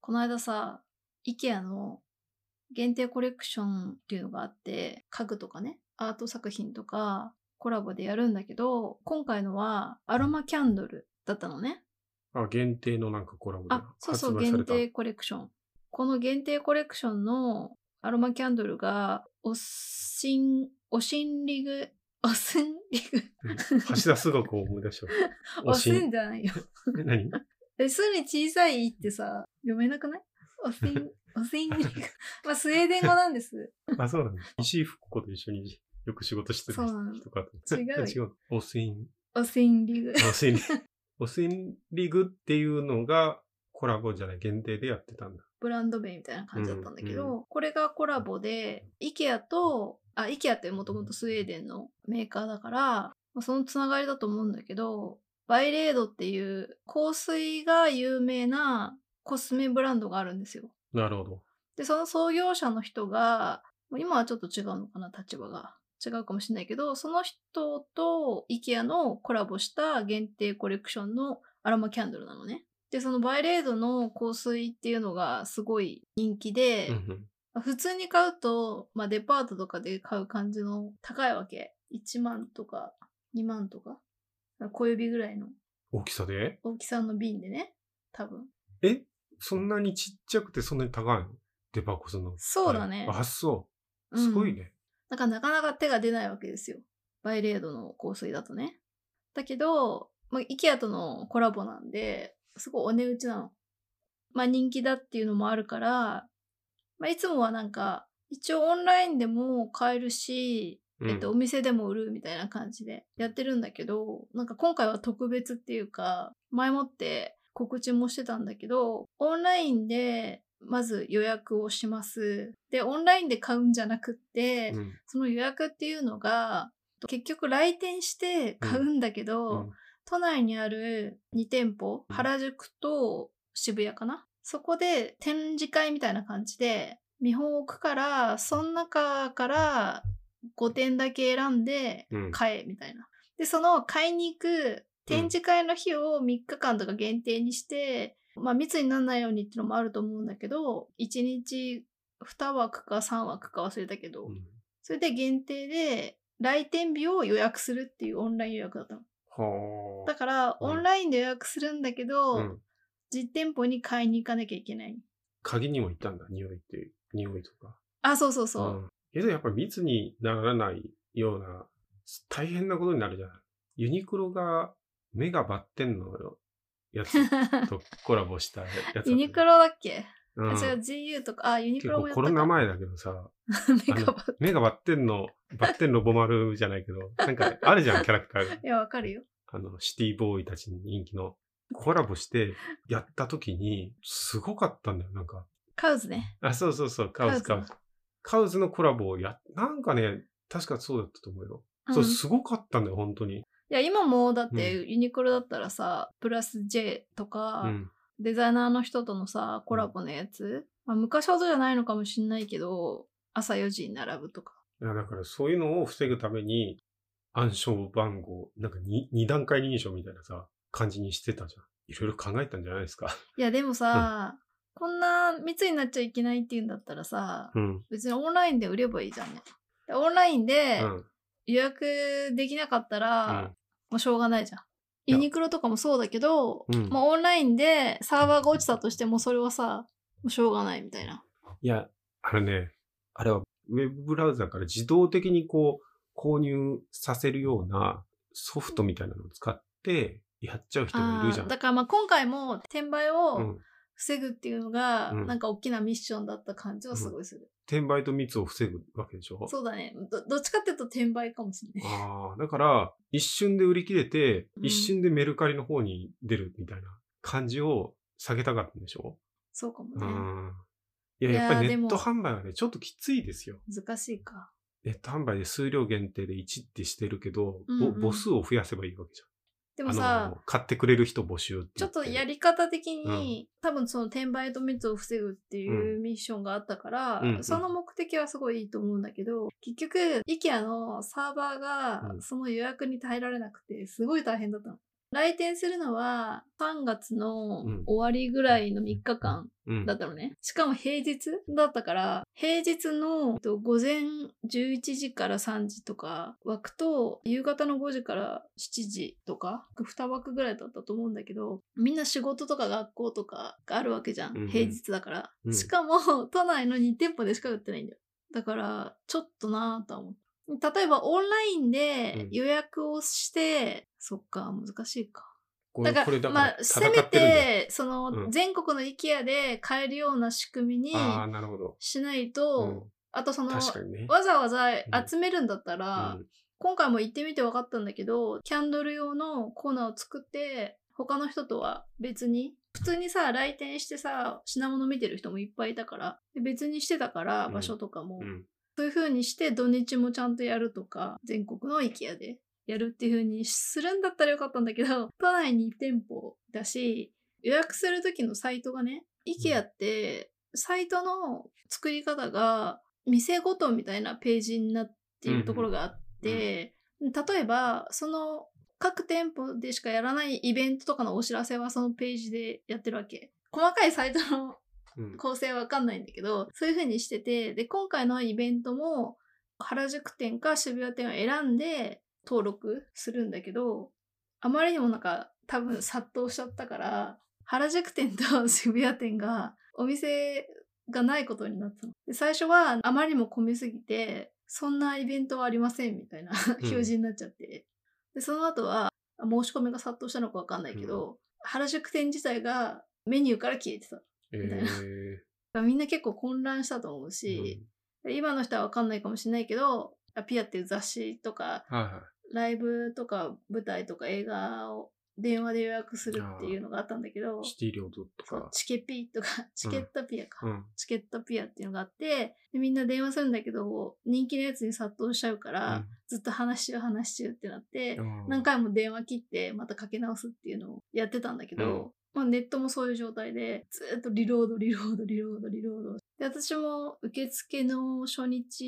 この間さ、IKEA の限定コレクションっていうのがあって、家具とかね、アート作品とかコラボでやるんだけど、今回のはアロマキャンドルだったのね。あ、限定のなんかコラボであ、そうそう、発売さ限れた。定コレクション。この限定コレクションのアロマキャンドルが、おしん、おしんりぐ、 おすんりぐ、 橋田須学を思い出した。おおすしんん。じゃないよ。え何 え、すに小さい「い」ってさ、読めなくないおせん、おせん に。まあ、スウェーデン語なんです。あ、そうなんだ。石井福子と一緒によく仕事してるそうなの人かと。違うよ 違う。おせん、おせんりぐ。 おせん、おせんリグっていうのがコラボじゃない、限定でやってたんだ。ブランド名みたいな感じだったんだけど、うんこれがコラボで、IKEA と、あ、IKEA ってもともとスウェーデンのメーカーだから、まあそのつながりだと思うんだけど、バイレードっていう香水が有名なコスメブランドがあるんですよ。なるほど。で、その創業者の人が、もう今はちょっと違うのかな、立場が。違うかもしれないけど、その人と IKEA のコラボした限定コレクションのアロマキャンドルなのね。で、そのバイレードの香水っていうのがすごい人気で、うんうん。普通に買うと、まあデパートとかで買う感じの高いわけ。1万とか2万とか。小指ぐらいの大きさで大きさの瓶でね。多分。えそんなにちっちゃくてそんなに高いのデパコスの。そうだねあれあ、そう。うんすごいね。なんかなかなか手が出ないわけですよ。バイレードの香水だとね。だけど、まあ、IKEA とのコラボなんで、すごいお値打ちなの。まあ人気だっていうのもあるから、まあいつもはなんか、一応オンラインでも買えるし、うんえっと、お店でも売るみたいな感じでやってるんだけど、なんか今回は特別っていうか、前もって告知もしてたんだけど、オンラインでまず予約をします。で、オンラインで買うんじゃなくって、うんその予約っていうのが、結局来店して買うんだけど、うん都内にある2店舗、うん原宿と渋谷かな。そこで展示会みたいな感じで、見本を置くから、その中から5点だけ選んでうん。買え、みたいな。で、その買いに行く展示会の日を3日間とか限定にして、まあ密にならないようにっていうのもあると思うんだけど、1日2枠か3枠か忘れたけど、うんそれで限定で来店日を予約するっていうオンライン予約だったの。はだから、うんオンラインで予約するんだけあ。ど、うん。実店舗に買いに行かなきゃいけない。鍵にもいたんだ、匂いっていう、匂いとか。あ、そうそうそう。ん。けどやっぱり密にならないような、大変なことになるじゃない。ユニクロが目がバッテンのや つとコラボしたやつだったね。ユニクロだっけ、うあん、違う、GU とか、あ、ユニク結ロも構やったコか。ロナ前だけどさ、メ ガバッ目がバッテンの、バッテンロボ丸じゃないけど、なんかあるじゃん、キャラクターが。いや、わかるよ。あの、シティボーイたちに人気の。コラボしてやった時に、すごかったんだよ、なんか。カウズね。あ、そうそうそう、カウズ、カウカウズズ。カウズのコラボをや、なんかね、確かそうだったと思うよ。うんそう、すごかったんだよ、本当に。いや、今も、だって、ユニクロだったらさ、プラス J とか、うん。デザイナーの人とのさ、コラボのやつ、まあ、昔ほどじゃないのかもしんないけど、朝4時に並ぶとか。いやだから、そういうのを防ぐために、暗証番号、なんかに二段階認証みたいなさ、感じにしてたじゃん。いろいろ考えたんじゃないですか。いやでもさ、こんな密になっちゃいけないって言うんだったらさ、うん。別にオンラインで売ればいいじゃんね。でオンラインうでん。予約できなかったら、うんもうしょうがないじゃん。いユやニクロとかもそうだけど、うんもうオンラインでサーバーが落ちたとしてもそれはさ、もうしょうがないみたいな。いや、あれね、あれはウェブブラウザから自動的にこう、購入させるようなソフトみたいなのを使って、やっちゃう人がいるじゃあんー。だからまあ今回も転売うをん。防ぐっていうのが、うんなんか大きなミッションだった感じはすごいする。転売と密を防ぐわけでしょそうだねど。どっちかっていうと転売かもしれない。ああ、だから、一瞬で売り切れて、うん一瞬でメルカリの方に出るみたいな感じを下げたかったんでしょそうかもうね。ん。いや、いややっぱりでネもット販売はね、ちょっときついですよ。難しいか。ネット販売で数量限定で1ってしてるけど、うんうんぼ母数を増やせばいいわけじでゃん。もさ、の、買ってくれる人募集ってちょ言ってとやり方的に、多分その転売と密を防ぐっていううミッションがあったから、うんうんその目的はすごいいいと思うんだけど、結局、IKEA のサーバーがうんその予約に耐えられなくて、すごい大変だったの。来店するのは3月のうん終わりぐらいの3日間うんだったのね。しかも平日だったから、平日のえっと午前11時から3時とか枠と、夕方の5時から7時とか、2枠ぐらいだったと思うんだけど、みんな仕事とか学校とかがあるわけじゃん。うんうん平日だから。うんしかも、 都内の2店舗でしか売ってないんだよ。だから、ちょっとなぁとは思った。例えばオンラインうでん予約をして、そっか、難しいか。こだれから、これだかまあら、戦せめってるんだよ。て、その、うん全国の IKEA で買えるような仕組みにああ、なるほど。しないうと、んあとその、確かにね。わざわざ集めるんだったら、うん今回も行ってみて分かったんだけど、キャンドル用のコーナーを作って、他の人とは別に、普通にさ、来店してさ、品物見てる人もいっぱいいたから、で別にしてたから、うん場所とかも、うんそういう風にして土日もちゃんとやるとか、全国の IKEA でやるっていう風にするんだったらよかったんだけど、 都内に店舗だし、予約する時のサイトがね、IKEA ってサイトの作り方が店ごとみたいなページになっているところがあって、例えばその各店舗でしかやらないイベントとかのお知らせはそのページでやってるわけ。細かいサイトのうん構成はわかんないんだけど、そういう風にしてて、で、今回のイベントも、原宿店か渋谷店を選んで登録するんだけど、あまりにもなんか多分殺到しちゃったから、原宿店と渋谷店がお店がないことになったの。で最初はあまりにも混みすぎて、そんなイベントはありませんみたいな表示になっちゃって。で、その後は申し込みが殺到したのかわかんないけど、原宿店自体がメニューから消えてた。えみたいなーみんな結構混乱したと思うし、今の人はわかんないかもしれないけど、アピアっていう雑誌とか、うんはいはい。ライブとか舞台とか映画を電話で予約するっていうのがあったんだけど、シティリョードとそうか。チケピーとか、 チケットピアか、うん。チケットピアっていうのがあって、でみんな電話するんだけど、人気のやつに殺到しちゃうから、ずっと話し中話し中ってなって、何何回も電話切ってまたかけ直すっていうのをやってたんだけど、まあ、ネットもそういう状態でずっとリロードリロードリロードリロードで私も受付の初日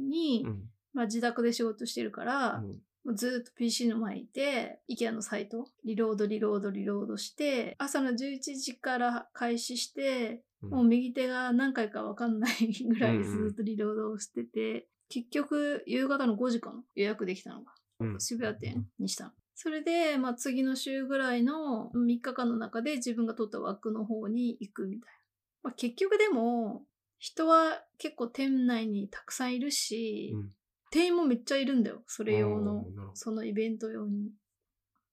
に、うんまあ、自宅で仕事してるから、うんもうずっと PC の前にいて IKEA のサイトリロードリロードリロードして朝の11時から開始してうんもう右手が何回か分かんない ぐらうんいうんずっとリロードをしてて結局夕方の5時かな予約できたのが。うん渋谷店にしたのそれで、まあ、次の週ぐらいの3日間の中で自分が取った枠の方に行くみたいな。まあ、結局でも、人は結構店内にたくさんいるし、うん店員もめっちゃいるんだよ。それ用のあーなるほど、そのイベント用に。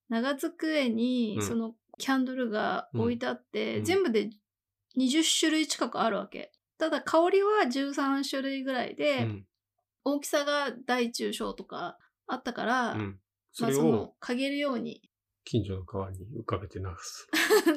長机にうんそのキャンドルが置いてあって、うん全部で20種類近くあるわけ。ただ香りは13種類ぐらいで、うん大きさが大中小とかあったから、うんそまあれそのを、かげるように 近所の川に浮かべて流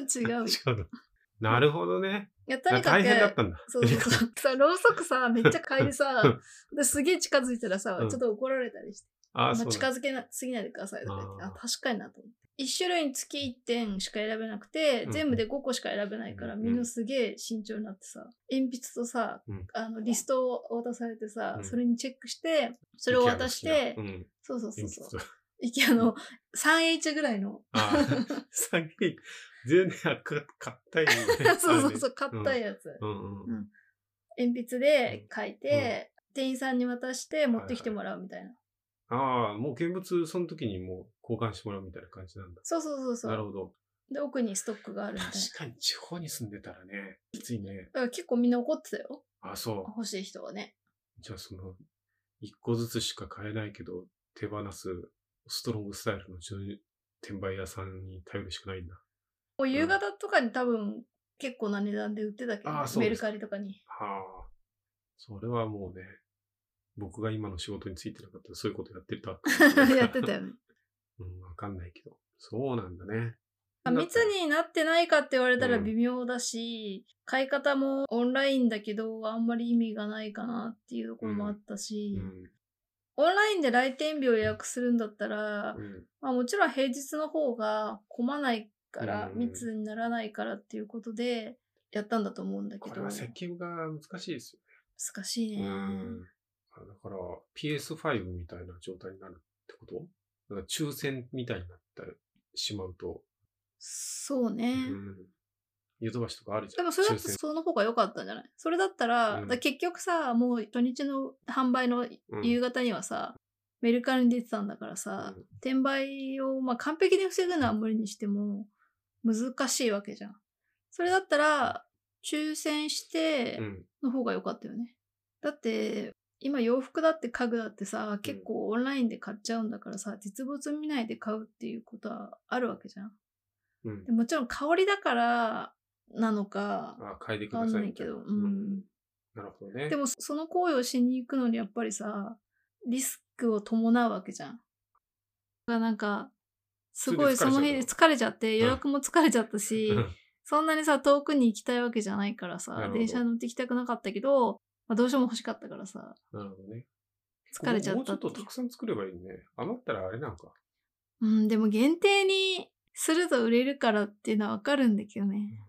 す。違う。い違うの なるほどね。やとにか大変だっくたんだ。そうそう そうさろうそくさめっちゃ嗅いでさうんですげえ近づいたらさ、うんちょっと怒られたりして、あまあ、あ、そう近だ。づけなすぎないでくださいとか言ってああー確かになと思って1種類につき1点しか選べなくて、うん全部で5個しか選べないから、うんみんなすげえ慎重になってさ鉛筆とさ、うんあのリストを渡されてさ、うんそれにチェックしてそれを渡して、うんそうそうそう鉛そう筆 IKEA の 3H ぐらいのああ、 さっき、全然あか硬いね そうそうそうれね硬いやつ、 うんうんうん鉛筆で書いて、店員さんに渡して持ってきてもらうみたいな。ああ、もう見物、その時にもう交換してもらうみたいな感じなんだ。そうそうそうそなるう。ほど。で、奥にストックがあるみたいな。確かに地方に住んでたらね、きついね。だから結構みんな怒ってたよ。あそう。欲しい人はね。じゃあその、一個ずつしか買えないけど、手放すストロングスタイルの中転売屋さんに頼るしかないんだ。もう夕方とかに多分結構な値段で売ってたけどね、あーそうメですルカリとかに。はあ。それはもうね、僕が今の仕事についてなかったらそういうことやって た やってた。よ ね。うん、わかんないけど。そうなんだね。まあ密になってないかって言われたらうん微妙だし、買い方もオンラインだけど、あんまり意味がないかなっていうところもあったし、うん。オンラインで来店日を予約するんだったら、うん。まあ、もちろん平日の方が混まないから、うん密にならないからっていうことでやったんだと思うんだけこどれは設計が難しいです難しいよね。ね、うん。あだから PS5 みたいな状態になるってことだから抽選みたいになったしまうと、そうね。うんヨドバシとかあるじゃでん。もそれだ抽と選その方が良かったんじゃないそれだったら、うんだから結局さ、もう初日の販売のうん夕方にはさ、メルカリに出てたんだからさ、うん転売を、まあ、完璧に防ぐのは無理にしても難しいわけじゃん。それだったら、抽選してうん。の方が良かったよね。だって、今洋服だって家具だってさ、結構オンラインで買っちゃうんだからさ、実物見ないで買うっていうことはあるわけじゃん。うんで。もちろん香りだからなのか、あ、変えてくわかんださいないみけたいな。ど。うん。なるほどね。 でも、その行為をしに行くのに、やっぱりさ、リスクを伴うわけじゃん。だからなんか、すごいそそれで疲れちゃうのの日で疲れちゃって、ん予約も疲れちゃったし、うん そんなにさ、遠くに行きたいわけじゃないからなるさほ、ど電車乗って行きたくなかったけど、まあ、どうしても欲しかったからさ、なるほどね。疲れちゃもっうちたょっっていとうたくさん作ればいいね。余ったらあれなんか。うん、でも限定にすると売れるからっていうのはわかるんだけどね。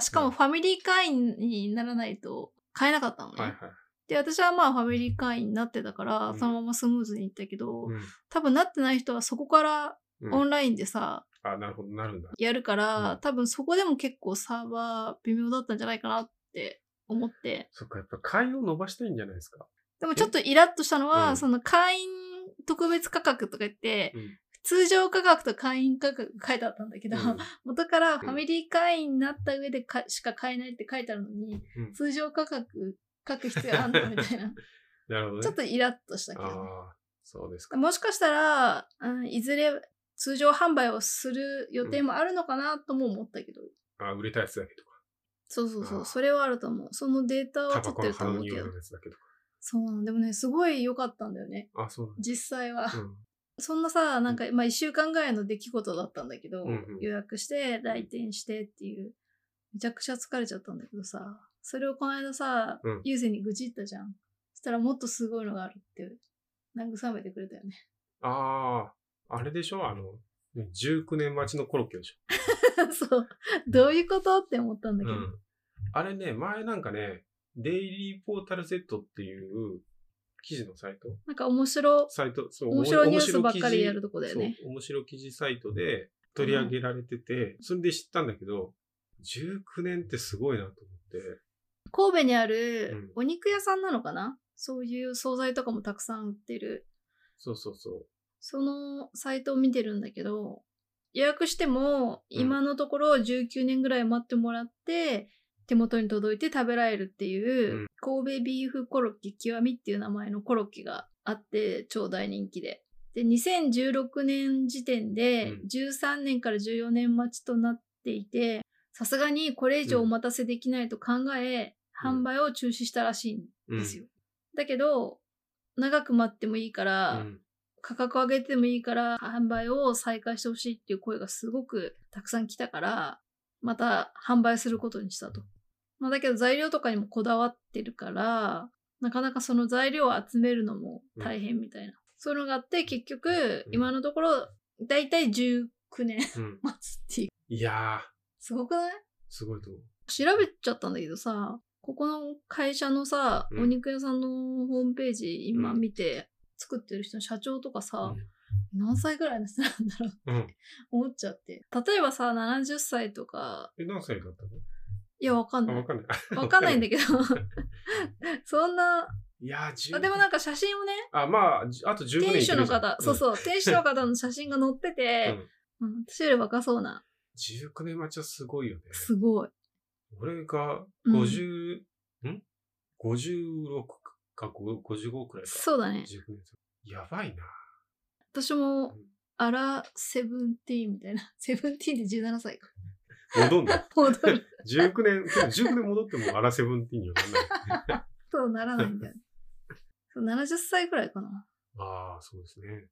しかうもんファミリー会員にならないと買えなかったのね。はいはい。で、私はまあファミリー会員になってたから、うんそのままスムーズにいったけど、うん多分なってない人はそこからうんオンラインでさ、あ、なるほど、なるんだ。やるから、うん多分そこでも結構サーバー微妙だったんじゃないかなって思って。そっか、やっぱ会員を伸ばしたいんじゃないですか。でもちょっとイラッとしたのは、うんその会員特別価格とか言って、うん通常価格と会員価格が書いてあったんだけど、元からファミリー会員になった上でかしか買えないって書いてあるのに、うん通常価格書く必要あんのみたい な。なるほどね。ちょっとイラッとしたけどね、ああ、そうですか。もしかしたら、うん、いずれ通常販売をする予定もあるのかなとも思ったけど。あ売れたやつだけとか。そうそうそあーう。それはあると思う。そのデータをタ取バってコのると思鼻うにけよどる。やつだけとそうなんでもね、すごい良かったんだよね。か。あ、そうなんだ実際は。うんそんなさ、なんか、まあ、一週間ぐらいの出来事だったんだけど、うんうん予約して、来店してっていう、めちゃくちゃ疲れちゃったんだけどさ、それをこの間さうん、ゆうせに愚痴ったじゃん。そしたらもっとすごいのがあるって、慰めてくれ たよね。ああ、あれでしょあの、19年待ちのコロッケでしょ。そう。どういうことって思ったんだけうど。ん。あれね、前なんかね、デイリーポータル Z っていう記事のサイトなんか面白、サイト、そう、面白いニュースばっかりやるとこだよね。そう、面白記事サイトで取り上げられてて、それで知ったんだけど、19年ってすごいなと思って、神戸にあうんるお肉屋さんなのかな、そういう惣菜とかもたくさん売ってる。そうそうそう。そのサイトを見てるんだけど、予約しても今のところ19年ぐらい待ってもらって、手元に届いて食べられるっていう、うん神戸ビーフコロッケ極みっていう名前のコロッケがあって、超大人気で。で、2016年時点でうん13年から14年待ちとなっていて、さすがにこれ以上お待たせできないと考え、うん販売を中止したらしいんうんですよ。だけど、長く待ってもいいかうら、ん価格上げてもいいから販売を再開してほしいっていう声がすごくたくさん来たから、また販売することにしたと。まあ、だけど材料とかにもこだわってるから、なかなかその材料を集めるのも大変みたいな。そういうのがあって、結局う、ん今のところ、だいたい19年うん待つっていう。いやー、すごくないすごいと思う。調べちゃったんだけどさ、ここの会社のさ、うんお肉屋さんのホームページ今うん見て、作ってる人の社長とかさ、うん何歳ぐらいの人なんだろううん。思っちゃって。例えばさ、70歳とか、え、何歳だったのいや、わかんなあ、わい。かんない。わかんないんだ けど、そんな、いやー、10あでもなんか写真をね、あ、まあ、じあと10年店主の方、そううそう、店主の方の写真が載ってん。て、うん、私より若そうな、うん19年待ちはすごいよね。すごい。俺がうん50、ん ?56 か5 55くらいか。そうだね。 19年生やばいな。私も、アラセブンティーンみたいな。 セブンティーンで17歳か。戻んだ。 戻 る。 19年、 けど19年戻ってもアラセブンティーンにはならない。そうならないんだよね。そう70歳くらいかな。ああ、そうですね。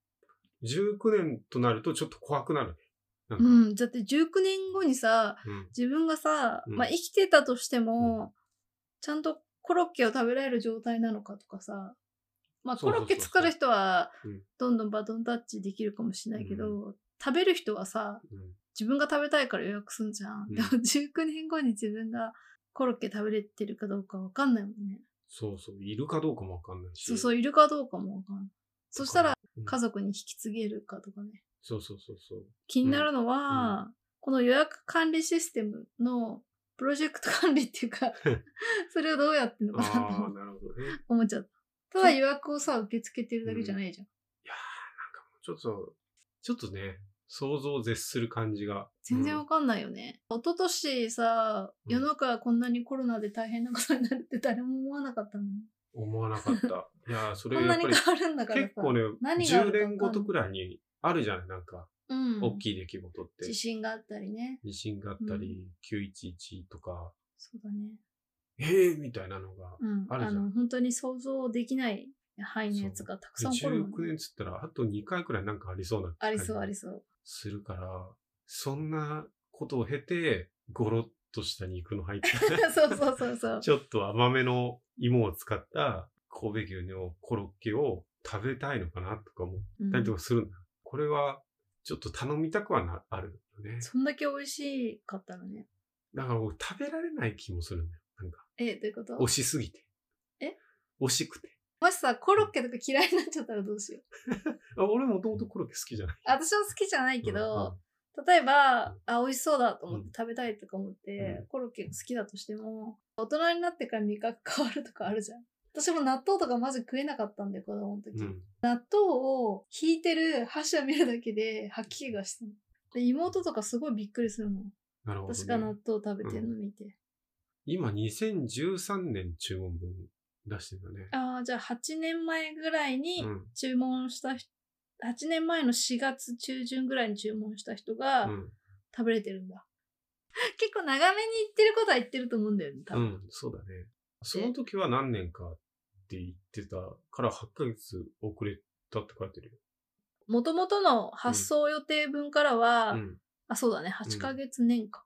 19年となるとちょっと怖くなるね。なんかうん。だって19年後にさ、うん自分がさ、うんまあ生きてたとしても、ちゃんとコロッケを食べられる状態なのかとかさ、まあそうコそロうそうッケ作る人はうんどんどんバトンタッチできるかもしれないけど、食べる人はさ、うん自分が食べたいから予約すんじゃん。うんでも19年後に自分がコロッケ食べれてるかどうかわかんないもんね。そうそう、いるかどうかもわかんないし。そうそう、いるかどうかもわかんない。そしたらうん家族に引き継げるかとかね。そうそうそうそう。気になるのは、この予約管理システムのプロジェクト管理っていう か、それをどうやってんのかあなあと思っー、なるほどね。思っちゃった。ただ予約をさ、受け付けてるだけじゃないじゃん。ちょっと、ちょっとね、想像を絶する感じが。全然わかんないよね。一昨年さ、うん世の中こんなにコロナで大変なことになるって誰も思わなかったのに。うん思わな かった。いやー、それこんやなっぱにり変わるんだからさ。結構ね、何があるかわかん10ない年ごとくらいにあるじゃないなんか、うん、大きい出来事って地。震があったりね。地震があったり、911とか、そうだね。ええー、みたいなのが。うん。あるじゃんの、本当に想像できない範囲のやつがたくさん起こる19もんね年っつったら、あと2回くらいなんかありそうなあ感りじそうありそう。するから、そんなことを経て、ゴロッとした肉の 入った。そうそうそうそう。ちょっと甘めの芋を使った神戸牛のコロッケを食べたいのかなとか思っうんたりとかするんだ。これはちょっと頼みたくはな、あるよね。そんだけ美味しかったのね。だから僕食べられない気もするんだよ。なんか、え、どういうこと惜しすぎて。え惜しくて。もしさ、コロッケとか嫌いになっちゃったらどうしよう。あ俺もともとコロッケ好きじゃない。あ私は好きじゃないけうんど、例えば、あ、美味しそうだと思っうてん食べたいとか思って、うコロッケが好きだとしても、大人になってから味覚変わるとかあるじゃん。私も納豆とかまず食えなかったんで、子供の時。うんうん納豆を引いてる箸を見るだけで吐き気がしたの。で、妹とかすごいびっくりするもん。なるほど、ね。私が納豆食べてるの見て。今2013年注文分出してたね。ああ、じゃあ8年前ぐらいにうん注文した人、8年前の4月中旬ぐらいに注文した人がうん。食べれてるんだ。 結構長めに言ってることは言ってると思うんだよね、多う分。ん、そうだね。その時は何年かって言ってたから8ヶ月遅れたって書いてるよ。もともとの発送予定分からは、うん。あ、そうだね、8ヶ月年か。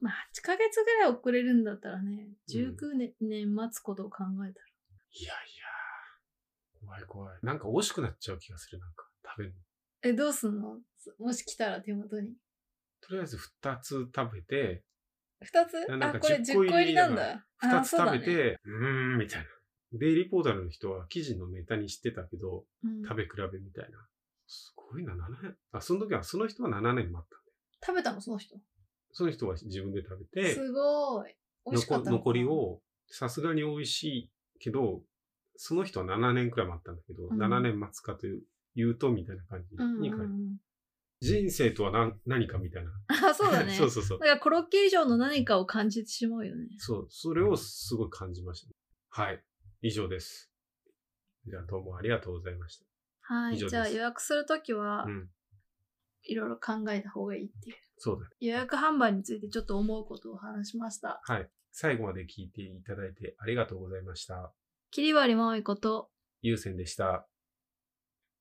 まあ、8ヶ月ぐらい遅れるんだったらね、19年年待つことを考えたら。いやいや、怖い怖い。なんか惜しくなっちゃう気がする、なんか食べるの。え、どうすんのもし来たら手元に。とりあえず2つ食べて、 2つやなんあ、かこれ10個10個入りなん入だ。 2あつ食べ、て、う,、ーん、みたいな。デイリーポータルの人は記事のネタにしてたけど、そうだねうん食べ比べみたいな。すごいな、7年。あ、その時は、その人は7年待ったんだよ。食べたのその人。その人は自分で食べて、すごい。美味しか残ったのか残り。を、さすがに美味しいけど、その人は7年くらい待ったんだけど、うん7年待つかという、言うとみたいな感じうんうんに書いてあうるん、人生とは何何かみたいな。あ、そうだね。 そうそうそうだ。からコロッケ以上の何かを感じてしまうよね。そう、それをすごい感じました、はい。以上です。じゃあどうもありがとうございましは以上い。ですじゃあ予約するときた。はう、ん。いろいろ考えた方がいいっていう。そうだね。予約販売についてちょっと思うことを話しました。はい。最後まで聞いていただいてありがとうございました。切り割りまおいこと、ゆうせんでした。